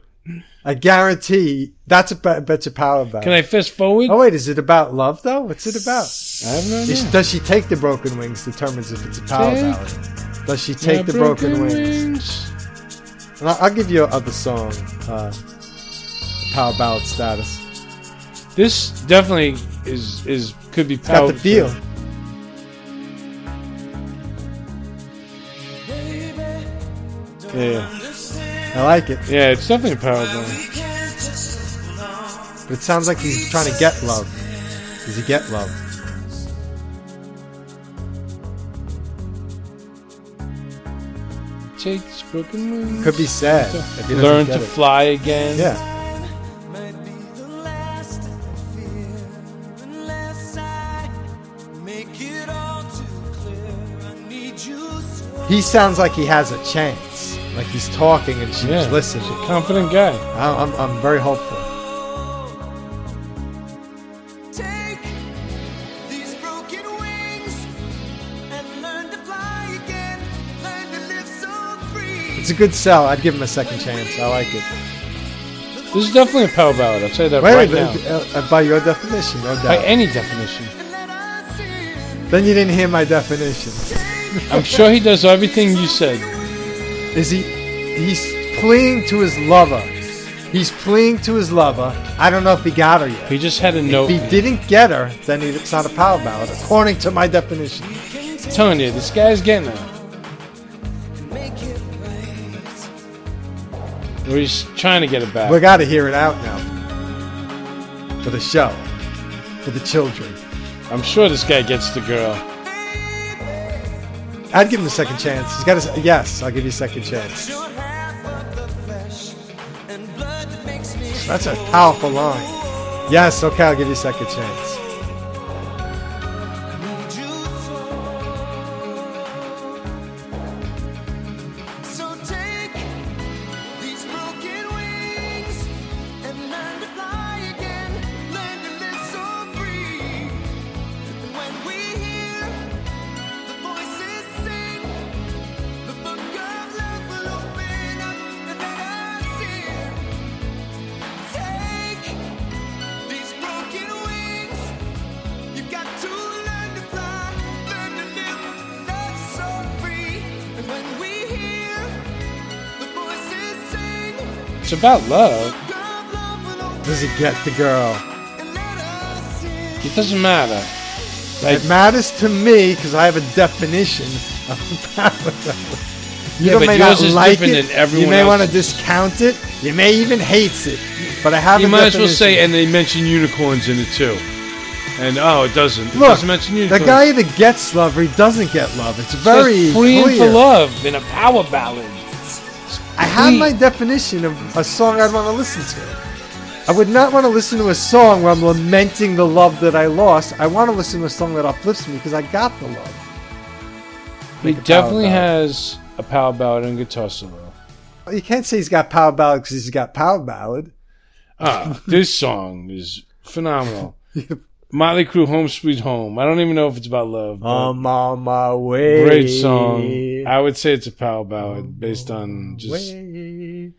Speaker 1: I guarantee that's a bet- better power ballad.
Speaker 2: I fast forward?
Speaker 1: Oh wait, is it about love though? What's it about?
Speaker 2: I have no
Speaker 1: Is-
Speaker 2: idea.
Speaker 1: does she take the broken wings? Determines if it's a power
Speaker 2: Take
Speaker 1: ballad. Does she take
Speaker 2: My
Speaker 1: the broken, wings?
Speaker 2: wings.
Speaker 1: And I'll, I'll give you another song, uh, power ballad status.
Speaker 2: This definitely is is could be
Speaker 1: It's got the feel.
Speaker 2: Yeah,
Speaker 1: I like it.
Speaker 2: yeah, it's definitely a power ballad.
Speaker 1: But it sounds like he's trying to get love. Does he get love?
Speaker 2: Takes broken wings.
Speaker 1: Could be sad. If he doesn't
Speaker 2: Learn
Speaker 1: get
Speaker 2: to
Speaker 1: it.
Speaker 2: fly again.
Speaker 1: Yeah. He sounds like he has a chance. Like he's talking and she's
Speaker 2: Yeah.
Speaker 1: listening.
Speaker 2: He's a confident guy.
Speaker 1: I- I'm, I'm very hopeful.
Speaker 5: Take these broken wings and learn to fly again. Learn to live so free.
Speaker 1: It's a good sell. I'd give him a second chance. I like it.
Speaker 2: This is definitely a power ballad. I'll say that
Speaker 1: Wait,
Speaker 2: right
Speaker 1: but-
Speaker 2: now.
Speaker 1: uh, by your definition, no
Speaker 2: By
Speaker 1: doubt.
Speaker 2: any definition,
Speaker 5: And let us in.
Speaker 1: then you didn't hear my definition.
Speaker 5: Take
Speaker 2: I'm sure he does everything you said.
Speaker 5: these wings.
Speaker 1: Is he? He's clinging to his lover. He's fleeing to his lover. I don't know if he got her yet.
Speaker 2: He just had a
Speaker 1: If
Speaker 2: note.
Speaker 1: he didn't get her, then he- it's not a power ballad, according to my definition.
Speaker 2: I'm telling you, this guy's getting her.
Speaker 5: Make it right.
Speaker 2: Or he's trying to get it back.
Speaker 1: We got to hear it out now. For the show. For the children.
Speaker 2: I'm sure this guy gets the girl.
Speaker 1: I'd give him a second chance. He's got a yes. I'll give you a second chance.
Speaker 5: You're half of the flesh and blood that makes me.
Speaker 1: That's a powerful line. Yes. Okay. I'll give you a second chance.
Speaker 5: Need you so. So take these broken wings and learn to fly again. Learn to live so free. When we hear the voices sing, the book of love will open up and let us hear. Take these broken wings. You got to learn to fly, learn to live, love so free. And when we hear the voices sing,
Speaker 2: It's about love.
Speaker 5: God love will open
Speaker 1: Does he get the girl?
Speaker 5: and let us in.
Speaker 2: It doesn't matter. Like,
Speaker 1: It matters to me because I have a definition of power. You
Speaker 2: Yeah,
Speaker 1: don't-
Speaker 2: but
Speaker 1: may
Speaker 2: yours
Speaker 1: not
Speaker 2: is
Speaker 1: like
Speaker 2: different
Speaker 1: it.
Speaker 2: than everyone
Speaker 1: You may want to
Speaker 2: else's.
Speaker 1: discount it. You may even hate it. But I have.
Speaker 2: you
Speaker 1: a
Speaker 2: might as well
Speaker 1: definition.
Speaker 2: say, and they mention unicorns in it too. And oh, it doesn't. It
Speaker 1: Look,
Speaker 2: doesn't mention
Speaker 1: the
Speaker 2: unicorns.
Speaker 1: guy either gets love or he doesn't get love. It's
Speaker 2: It says
Speaker 1: very
Speaker 2: fleeing
Speaker 1: clear.
Speaker 2: for love in a power ballad.
Speaker 1: I have
Speaker 2: Please.
Speaker 1: my definition of a song I'd want to listen to. I would not want to listen to a song where I'm lamenting the love that I lost. I want to listen to a song that uplifts me because I got the love.
Speaker 2: He
Speaker 1: power
Speaker 2: definitely
Speaker 1: ballad.
Speaker 2: has a power ballad and guitar solo.
Speaker 1: You can't say he's got power ballad because he's got power ballad.
Speaker 2: Ah, this song is phenomenal. Motley Crue, Home Sweet Home. I don't even know if it's about love. but
Speaker 1: I'm on my way.
Speaker 2: great song. I would say it's a power ballad based on just
Speaker 1: Way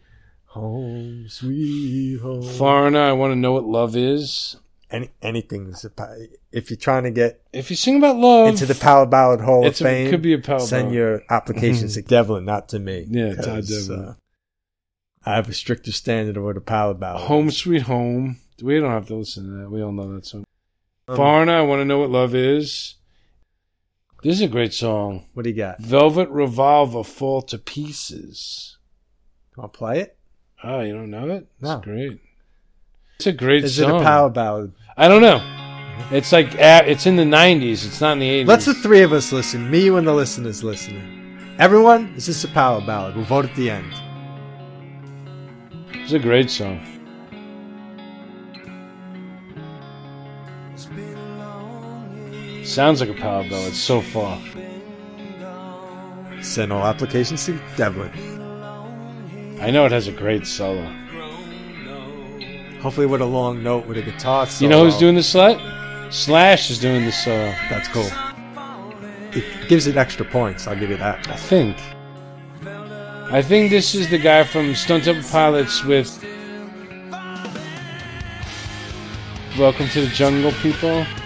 Speaker 1: home, sweet home.
Speaker 2: Foreigner. I want to know what love is.
Speaker 1: Any, anything's a pa- if you're trying to get
Speaker 2: If you sing about love,
Speaker 1: into the Power Ballad Hall
Speaker 2: Um, It's a-
Speaker 1: of Fame.
Speaker 2: could be a Power
Speaker 1: Send
Speaker 2: Ballad. Mm-hmm.
Speaker 1: your applications to Devlin, not to me.
Speaker 2: Yeah, Todd
Speaker 1: 'cause,
Speaker 2: Devlin.
Speaker 1: uh, I have a stricter standard of what a Power Ballad. is.
Speaker 2: Home Sweet Home. We don't have to listen to that. We all know that song.
Speaker 1: Um,
Speaker 2: Foreigner, I want to know what love is. This is a great song.
Speaker 1: What do you got? You
Speaker 2: Velvet Revolver, Fall to Pieces.
Speaker 1: want to play it?
Speaker 2: Oh, you don't know it?
Speaker 1: No.
Speaker 2: It's great. It's a great
Speaker 1: Is
Speaker 2: song.
Speaker 1: it a Power Ballad?
Speaker 2: I don't know. It's like uh, it's in the '90s. It's not in the '80s.
Speaker 1: Let's the three of us listen. Me, you, and the listeners listening. Everyone, is this a Power Ballad? We'll vote at the end.
Speaker 2: It's a great song.
Speaker 5: It's been a long year
Speaker 2: Sounds like a power ballad so far.
Speaker 5: gone,
Speaker 1: Send all applications to Devlin.
Speaker 5: long year
Speaker 2: I know it has a great solo.
Speaker 5: grown old.
Speaker 1: Hopefully, with a long note with a guitar solo.
Speaker 2: You know who's doing the slut? Slash is doing the solo.
Speaker 1: That's cool. It gives it extra points. I'll give you that.
Speaker 2: I think. I think this is the guy from Stunt Temple Pilots with Welcome to the Jungle, people.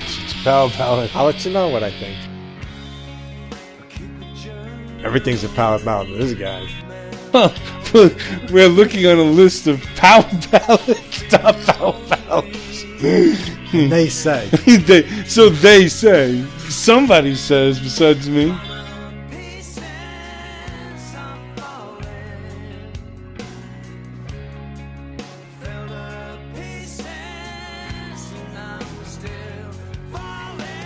Speaker 2: It's a power ballad.
Speaker 1: I'll let you know what I think. Everything's a power mountain. This guy.
Speaker 2: We're looking on a list of power ballads, top power ballads. Hmm.
Speaker 1: They say.
Speaker 2: They- so they say. Somebody says besides me.
Speaker 5: Pieces are falling. Fell to pieces and I'm still falling.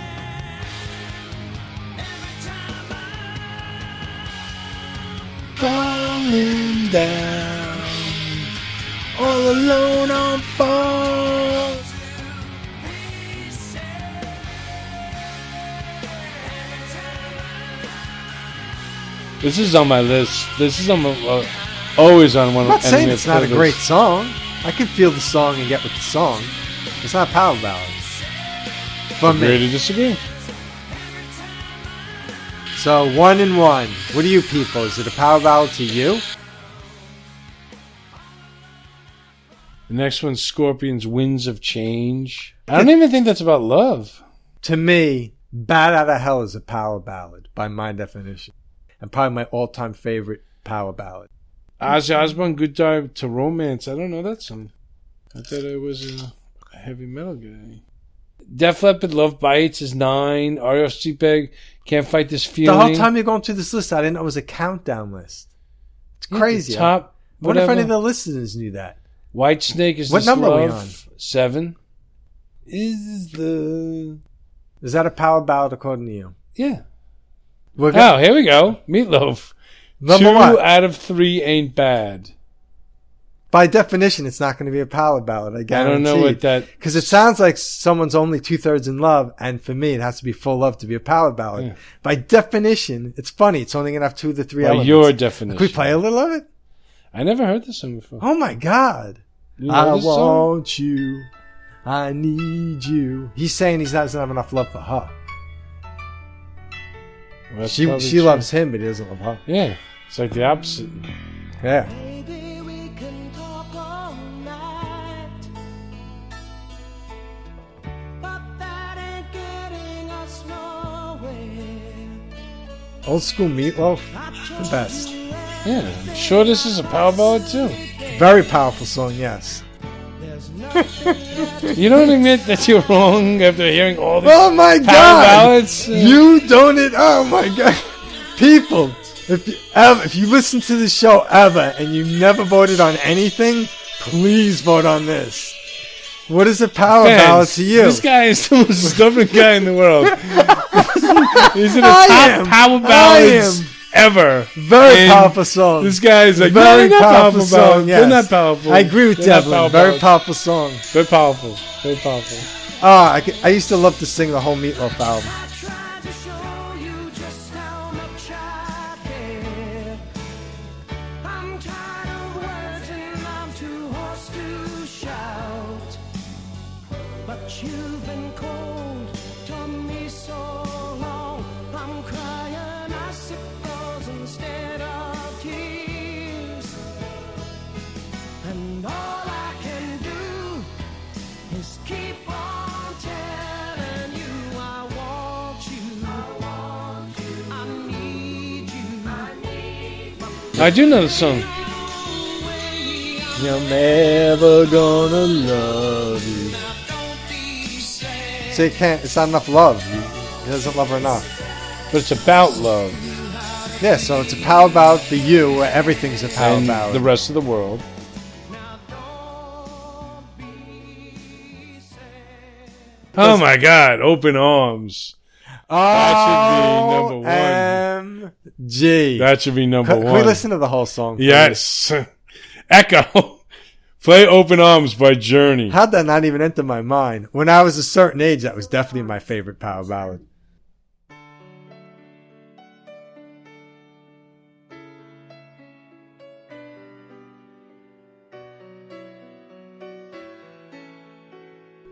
Speaker 5: Every time I
Speaker 2: Falling down, all alone on fall. This is on my list. This is on my, uh, always on one.
Speaker 1: I'm
Speaker 2: of
Speaker 1: not saying
Speaker 2: enemy
Speaker 1: it's not a
Speaker 2: playlists.
Speaker 1: great song. I can feel the song and get with the song. It's not a power ballad. For
Speaker 2: Agree
Speaker 1: me.
Speaker 2: to disagree.
Speaker 1: So one and one. What are you people? Is it a power battle to you?
Speaker 2: The next one's Scorpions Winds of Change. I don't even think that's about love.
Speaker 1: To me, "Bad Out of Hell" is a power ballad by my definition, and probably my all-time favorite power ballad.
Speaker 2: Ozzy Osbourne, Good Time to Romance. I don't know that song. I thought I was a heavy metal guy. Def Leppard, Love Bites is nine. Ariel Seabag, Can't Fight This
Speaker 1: The
Speaker 2: Feeling.
Speaker 1: whole time you're going through this list, I didn't know it was a countdown list. It's
Speaker 2: Yeah, the
Speaker 1: crazy.
Speaker 2: Top.
Speaker 1: what if
Speaker 2: whatever.
Speaker 1: any of the listeners knew that?
Speaker 2: White Snake is
Speaker 1: What
Speaker 2: this
Speaker 1: number are we
Speaker 2: love? Seven. Is the
Speaker 1: Is that a power ballad according to you?
Speaker 2: yeah?
Speaker 1: We're
Speaker 2: Oh, here we go. Meatloaf.
Speaker 1: Number
Speaker 2: Two
Speaker 1: one.
Speaker 2: out of three ain't bad.
Speaker 1: By definition, it's not going to be a power ballad. I
Speaker 2: I
Speaker 1: guarantee.
Speaker 2: don't know what that.
Speaker 1: Because it sounds like someone's only two thirds in love, and for me, it has to be full love to be a power ballad.
Speaker 2: Yeah.
Speaker 1: By definition, it's funny. It's only going to have two of the three
Speaker 2: Mm. By
Speaker 1: elements.
Speaker 2: your
Speaker 1: Can
Speaker 2: definition,
Speaker 1: we play a little of it?
Speaker 2: I never heard this song before.
Speaker 1: Oh my god!
Speaker 2: You know
Speaker 1: I
Speaker 2: this song?
Speaker 1: want you. I need you. He's saying he's not, doesn't have enough love for her.
Speaker 2: Well, that's
Speaker 1: she
Speaker 2: probably
Speaker 1: she
Speaker 2: true.
Speaker 1: loves him, but he doesn't love her.
Speaker 2: Yeah, it's like the opposite.
Speaker 1: Yeah.
Speaker 5: Maybe we can talk all night. But that ain't getting us nowhere.
Speaker 1: Old school meatloaf,
Speaker 5: I
Speaker 1: the
Speaker 5: told
Speaker 1: best.
Speaker 5: you
Speaker 2: Yeah, I'm sure this is a power ballad too.
Speaker 1: Very powerful song, yes.
Speaker 5: there's nothing left
Speaker 2: You don't admit that you're wrong after hearing all this
Speaker 1: Oh my
Speaker 2: power
Speaker 1: god!
Speaker 2: ballads.
Speaker 1: You don't it. Oh my god, people! If you ever, if you listen to the show ever and you never voted on anything, please vote on this. What is a power
Speaker 2: Fans,
Speaker 1: ballad to Oh, you?
Speaker 2: This guy is the most stubborn guy in the world. He's in the
Speaker 1: I
Speaker 2: top
Speaker 1: am.
Speaker 2: power ballads
Speaker 1: I am.
Speaker 2: ever.
Speaker 1: Very
Speaker 2: And
Speaker 1: powerful song.
Speaker 2: This guy is like
Speaker 1: Very
Speaker 2: very not
Speaker 1: powerful
Speaker 2: powerful.
Speaker 1: song.
Speaker 2: ballads.
Speaker 1: Yes.
Speaker 2: They're not powerful.
Speaker 1: I agree with
Speaker 2: They're not
Speaker 1: Devlin.
Speaker 2: power
Speaker 1: Very
Speaker 2: ballads.
Speaker 1: powerful song.
Speaker 2: They're powerful. Very powerful.
Speaker 1: Ah, I, c- I used to love to sing the whole Meatloaf album.
Speaker 5: I tried to show you just how much I care. I'm tired of words and I'm too hoarse to shout. But you've been cold to me so long. I'm crying, I suppose, instead of tears. And all I can do is keep on telling you I want you. I want you. I need you. I need you.
Speaker 2: I do know the song. You're never gonna love you.
Speaker 5: Now don't be sad.
Speaker 1: So you can't. It's not enough love. He doesn't love her enough.
Speaker 2: But it's about love
Speaker 1: Yeah. So it's a power ballad for you, where everything's a power
Speaker 2: and
Speaker 1: ballad.
Speaker 2: the rest of the world.
Speaker 5: Now don't be sad.
Speaker 2: Oh my God! Open arms. That should be number one.
Speaker 1: M G.
Speaker 2: That should be number
Speaker 1: Can
Speaker 2: one.
Speaker 1: we listen to the whole song? please?
Speaker 2: Yes. Echo. Play Open Arms by Journey.
Speaker 1: How'd that not even enter my mind? When I was a certain age, that was definitely my favorite power ballad.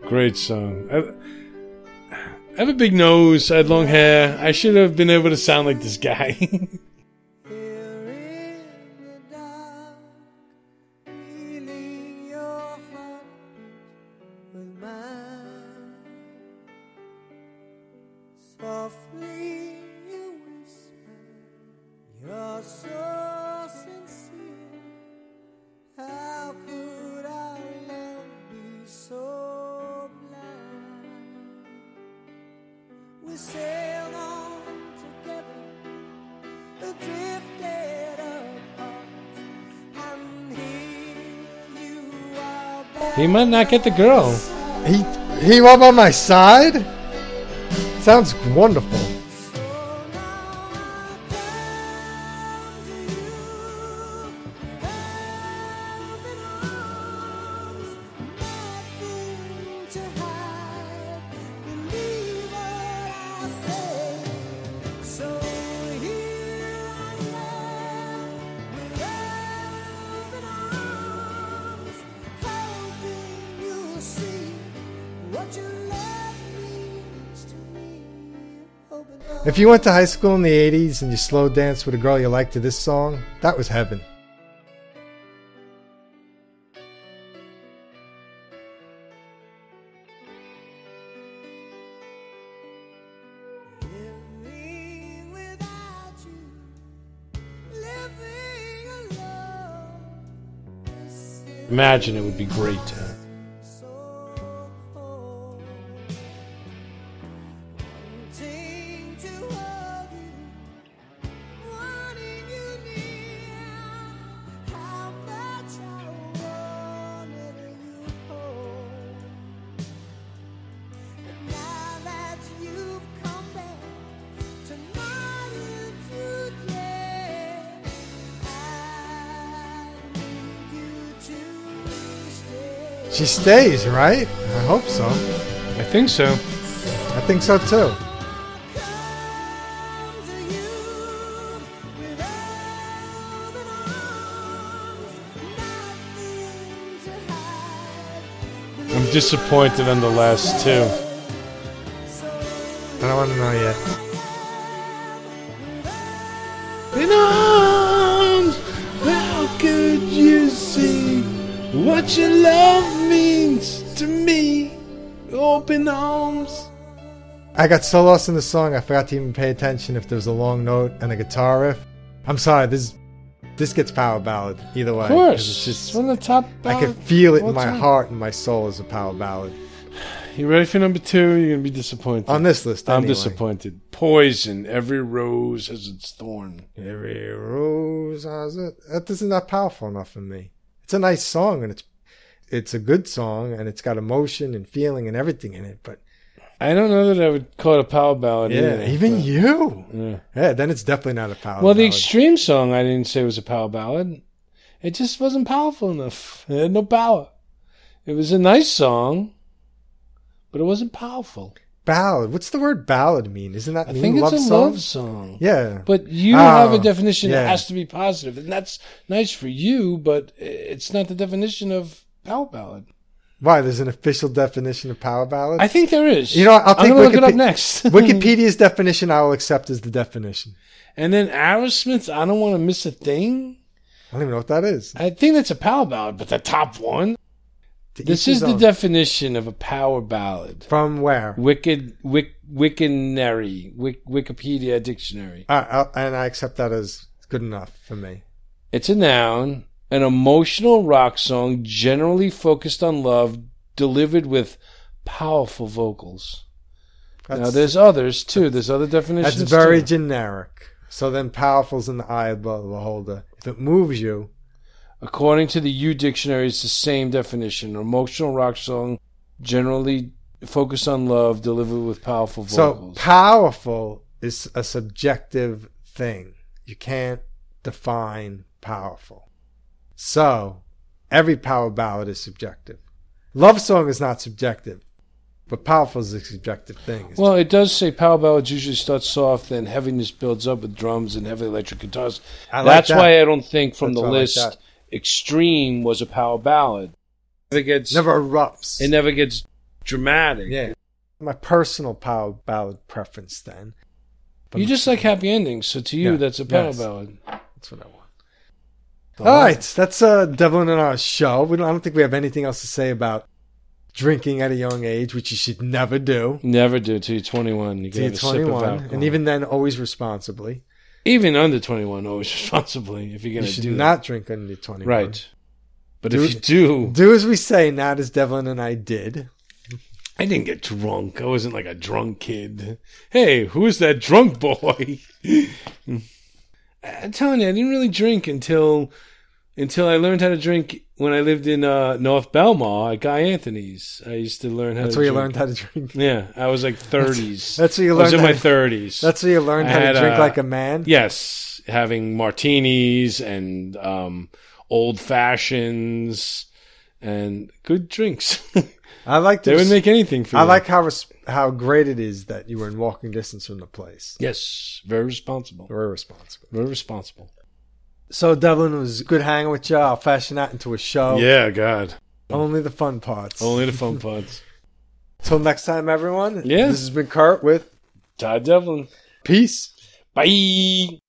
Speaker 2: Great song. I, I have a big nose. I had long hair. I should have been able to sound like this guy.
Speaker 5: Here in the dark, feeling your heart with mine. Softly you whisper, you're so sincere. How could our love be so blind? We sailed on together drifted apart, and here you are back.
Speaker 2: he might not get the girl.
Speaker 1: He he up on my side. Sounds wonderful.
Speaker 5: So now I come to you, open arms, nothing to hide. Believe what I say. So here I am, with open arms, hoping you'll see what your love means to me. Oh,
Speaker 1: If you went to high school in the 80s and you slow danced with a girl you liked to this song, that was heaven.
Speaker 5: Living without you, living alone, is
Speaker 2: Imagine it would be great to have.
Speaker 5: so cold. Wanting to hold you, wanting you near. How much I wanted you whole. But now that you've come back tonight and today, I need you to stay.
Speaker 1: She stays, right? I hope so.
Speaker 2: I think so.
Speaker 1: I think so too.
Speaker 2: I'm disappointed on the last two.
Speaker 1: I don't want to know yet.
Speaker 2: In arms, how could you see what your love means to me? Open arms.
Speaker 1: I got so lost in the song, I forgot to even pay attention if there was a long note and a guitar riff. I'm sorry, this this gets power ballad either way.
Speaker 2: Of course,
Speaker 1: 'cause It's just,
Speaker 2: one of the top.
Speaker 1: I can
Speaker 2: ballads
Speaker 1: feel it in
Speaker 2: of all
Speaker 1: my
Speaker 2: time.
Speaker 1: heart and my soul as a power ballad.
Speaker 2: You ready for number two? You're gonna be disappointed.
Speaker 1: On this list,
Speaker 2: I'm
Speaker 1: anyway.
Speaker 2: disappointed. Poison. Every rose has its thorn.
Speaker 1: Every rose has it. That isn't that powerful enough for me. It's a nice song and it's it's a good song and it's got emotion and feeling and everything in it. But
Speaker 2: I don't know that I would call it a power ballad.
Speaker 1: yeah,
Speaker 2: either,
Speaker 1: even
Speaker 2: but-
Speaker 1: you.
Speaker 2: Yeah.
Speaker 1: Yeah, then it's definitely not a power.
Speaker 2: Well, the
Speaker 1: ballad.
Speaker 2: extreme song I didn't say was a power ballad. It just wasn't powerful enough. It had no power. It was a nice song, but it wasn't powerful.
Speaker 1: ballad. What's the word ballad mean? Isn't that
Speaker 2: I
Speaker 1: mean
Speaker 2: think it's
Speaker 1: love
Speaker 2: a
Speaker 1: song?
Speaker 2: love song.
Speaker 1: Yeah,
Speaker 2: But you
Speaker 1: Oh,
Speaker 2: have a definition that
Speaker 1: yeah.
Speaker 2: has to be positive, and that's nice for you, but it's not the definition of power ballad.
Speaker 1: why? There's an official definition of power ballad.
Speaker 2: I think there is.
Speaker 1: You know what, I'll
Speaker 2: I'm
Speaker 1: take
Speaker 2: gonna look it up
Speaker 1: Wikipe-
Speaker 2: next.
Speaker 1: Wikipedia's definition I will accept as the definition.
Speaker 2: and then Aerosmith's I Don't Want to Miss a Thing.
Speaker 1: I don't even know what that is.
Speaker 2: I think that's a power ballad, but the top one.
Speaker 1: To each
Speaker 2: This
Speaker 1: his
Speaker 2: is the
Speaker 1: own.
Speaker 2: definition of a power ballad.
Speaker 1: from where.
Speaker 2: Wicked, wick, Wiktionary, Wik, Wikipedia dictionary.
Speaker 1: All right, I'll- and I accept that as good enough for me.
Speaker 2: It's a noun, an emotional rock song generally focused on love, delivered with powerful vocals. now,
Speaker 1: That's-
Speaker 2: there's others too. There's other definitions.
Speaker 1: That's very
Speaker 2: too.
Speaker 1: generic. So then powerful's in the eye of the beholder. If it moves you,
Speaker 2: According to the U dictionary, it's the same definition. An emotional rock song generally focused on love, delivered with powerful vocals.
Speaker 1: so powerful is a subjective thing. You can't define powerful. So every power ballad is subjective. Love song is not subjective, but powerful is a subjective thing. It's-
Speaker 2: Well, it does say power ballads usually start soft, then heaviness builds up with drums and heavy electric guitars.
Speaker 1: I like
Speaker 2: That's
Speaker 1: that.
Speaker 2: why I don't think from
Speaker 1: That's
Speaker 2: the
Speaker 1: why I like
Speaker 2: list
Speaker 1: that.
Speaker 2: extreme was a power ballad. It gets
Speaker 1: never erupts.
Speaker 2: it never gets dramatic.
Speaker 1: yeah. My personal power ballad preference then.
Speaker 2: You just like happy endings, so to you
Speaker 1: Yeah.
Speaker 2: that's a power
Speaker 1: Yes.
Speaker 2: ballad.
Speaker 1: That's what I want. All right, that's uh, Devlin and our show. We don't, I don't think we have anything else to say about drinking at a young age, which you should never do.
Speaker 2: Never do till you're 21.
Speaker 1: Till
Speaker 2: You can
Speaker 1: you're
Speaker 2: have a sip of
Speaker 1: 21,
Speaker 2: alcohol.
Speaker 1: and even then, always responsibly.
Speaker 2: even under 21, always responsibly if you're
Speaker 1: You
Speaker 2: going to
Speaker 1: should
Speaker 2: do
Speaker 1: not drink under your 21.
Speaker 2: that. Right. But
Speaker 1: Do-
Speaker 2: if you do,
Speaker 1: Do as we say, not as Devlin and I did.
Speaker 2: I didn't get drunk. I wasn't like a drunk kid. Hey, who is that drunk boy? I'm telling you, I didn't really drink until until I learned how to drink when I lived in uh, North Belmar at Guy Anthony's. I used to learn how
Speaker 1: That's
Speaker 2: to
Speaker 1: where you learned
Speaker 2: drink.
Speaker 1: how to drink.
Speaker 2: Yeah, I was like 30s.
Speaker 1: that's where you
Speaker 2: I was
Speaker 1: learned
Speaker 2: in my
Speaker 1: how-
Speaker 2: 30s.
Speaker 1: That's where you learned
Speaker 2: I
Speaker 1: how
Speaker 2: had,
Speaker 1: to drink
Speaker 2: uh,
Speaker 1: like a man.
Speaker 2: yes, having martinis and um, old fashions and good drinks.
Speaker 1: I like
Speaker 2: they
Speaker 1: to.
Speaker 2: would make anything for
Speaker 1: I
Speaker 2: you.
Speaker 1: like how res- how great it is that you were in walking distance from the place.
Speaker 2: Yes, very responsible.
Speaker 1: We're responsible.
Speaker 2: Very responsible.
Speaker 1: So Devlin it was good hanging with you. I'll fashion that into a show.
Speaker 2: Yeah, God.
Speaker 1: Only the fun parts.
Speaker 2: Only the fun parts.
Speaker 1: Till next time, everyone.
Speaker 2: Yeah.
Speaker 1: This has been Kurt with
Speaker 2: Todd Devlin.
Speaker 1: Peace.
Speaker 2: Bye.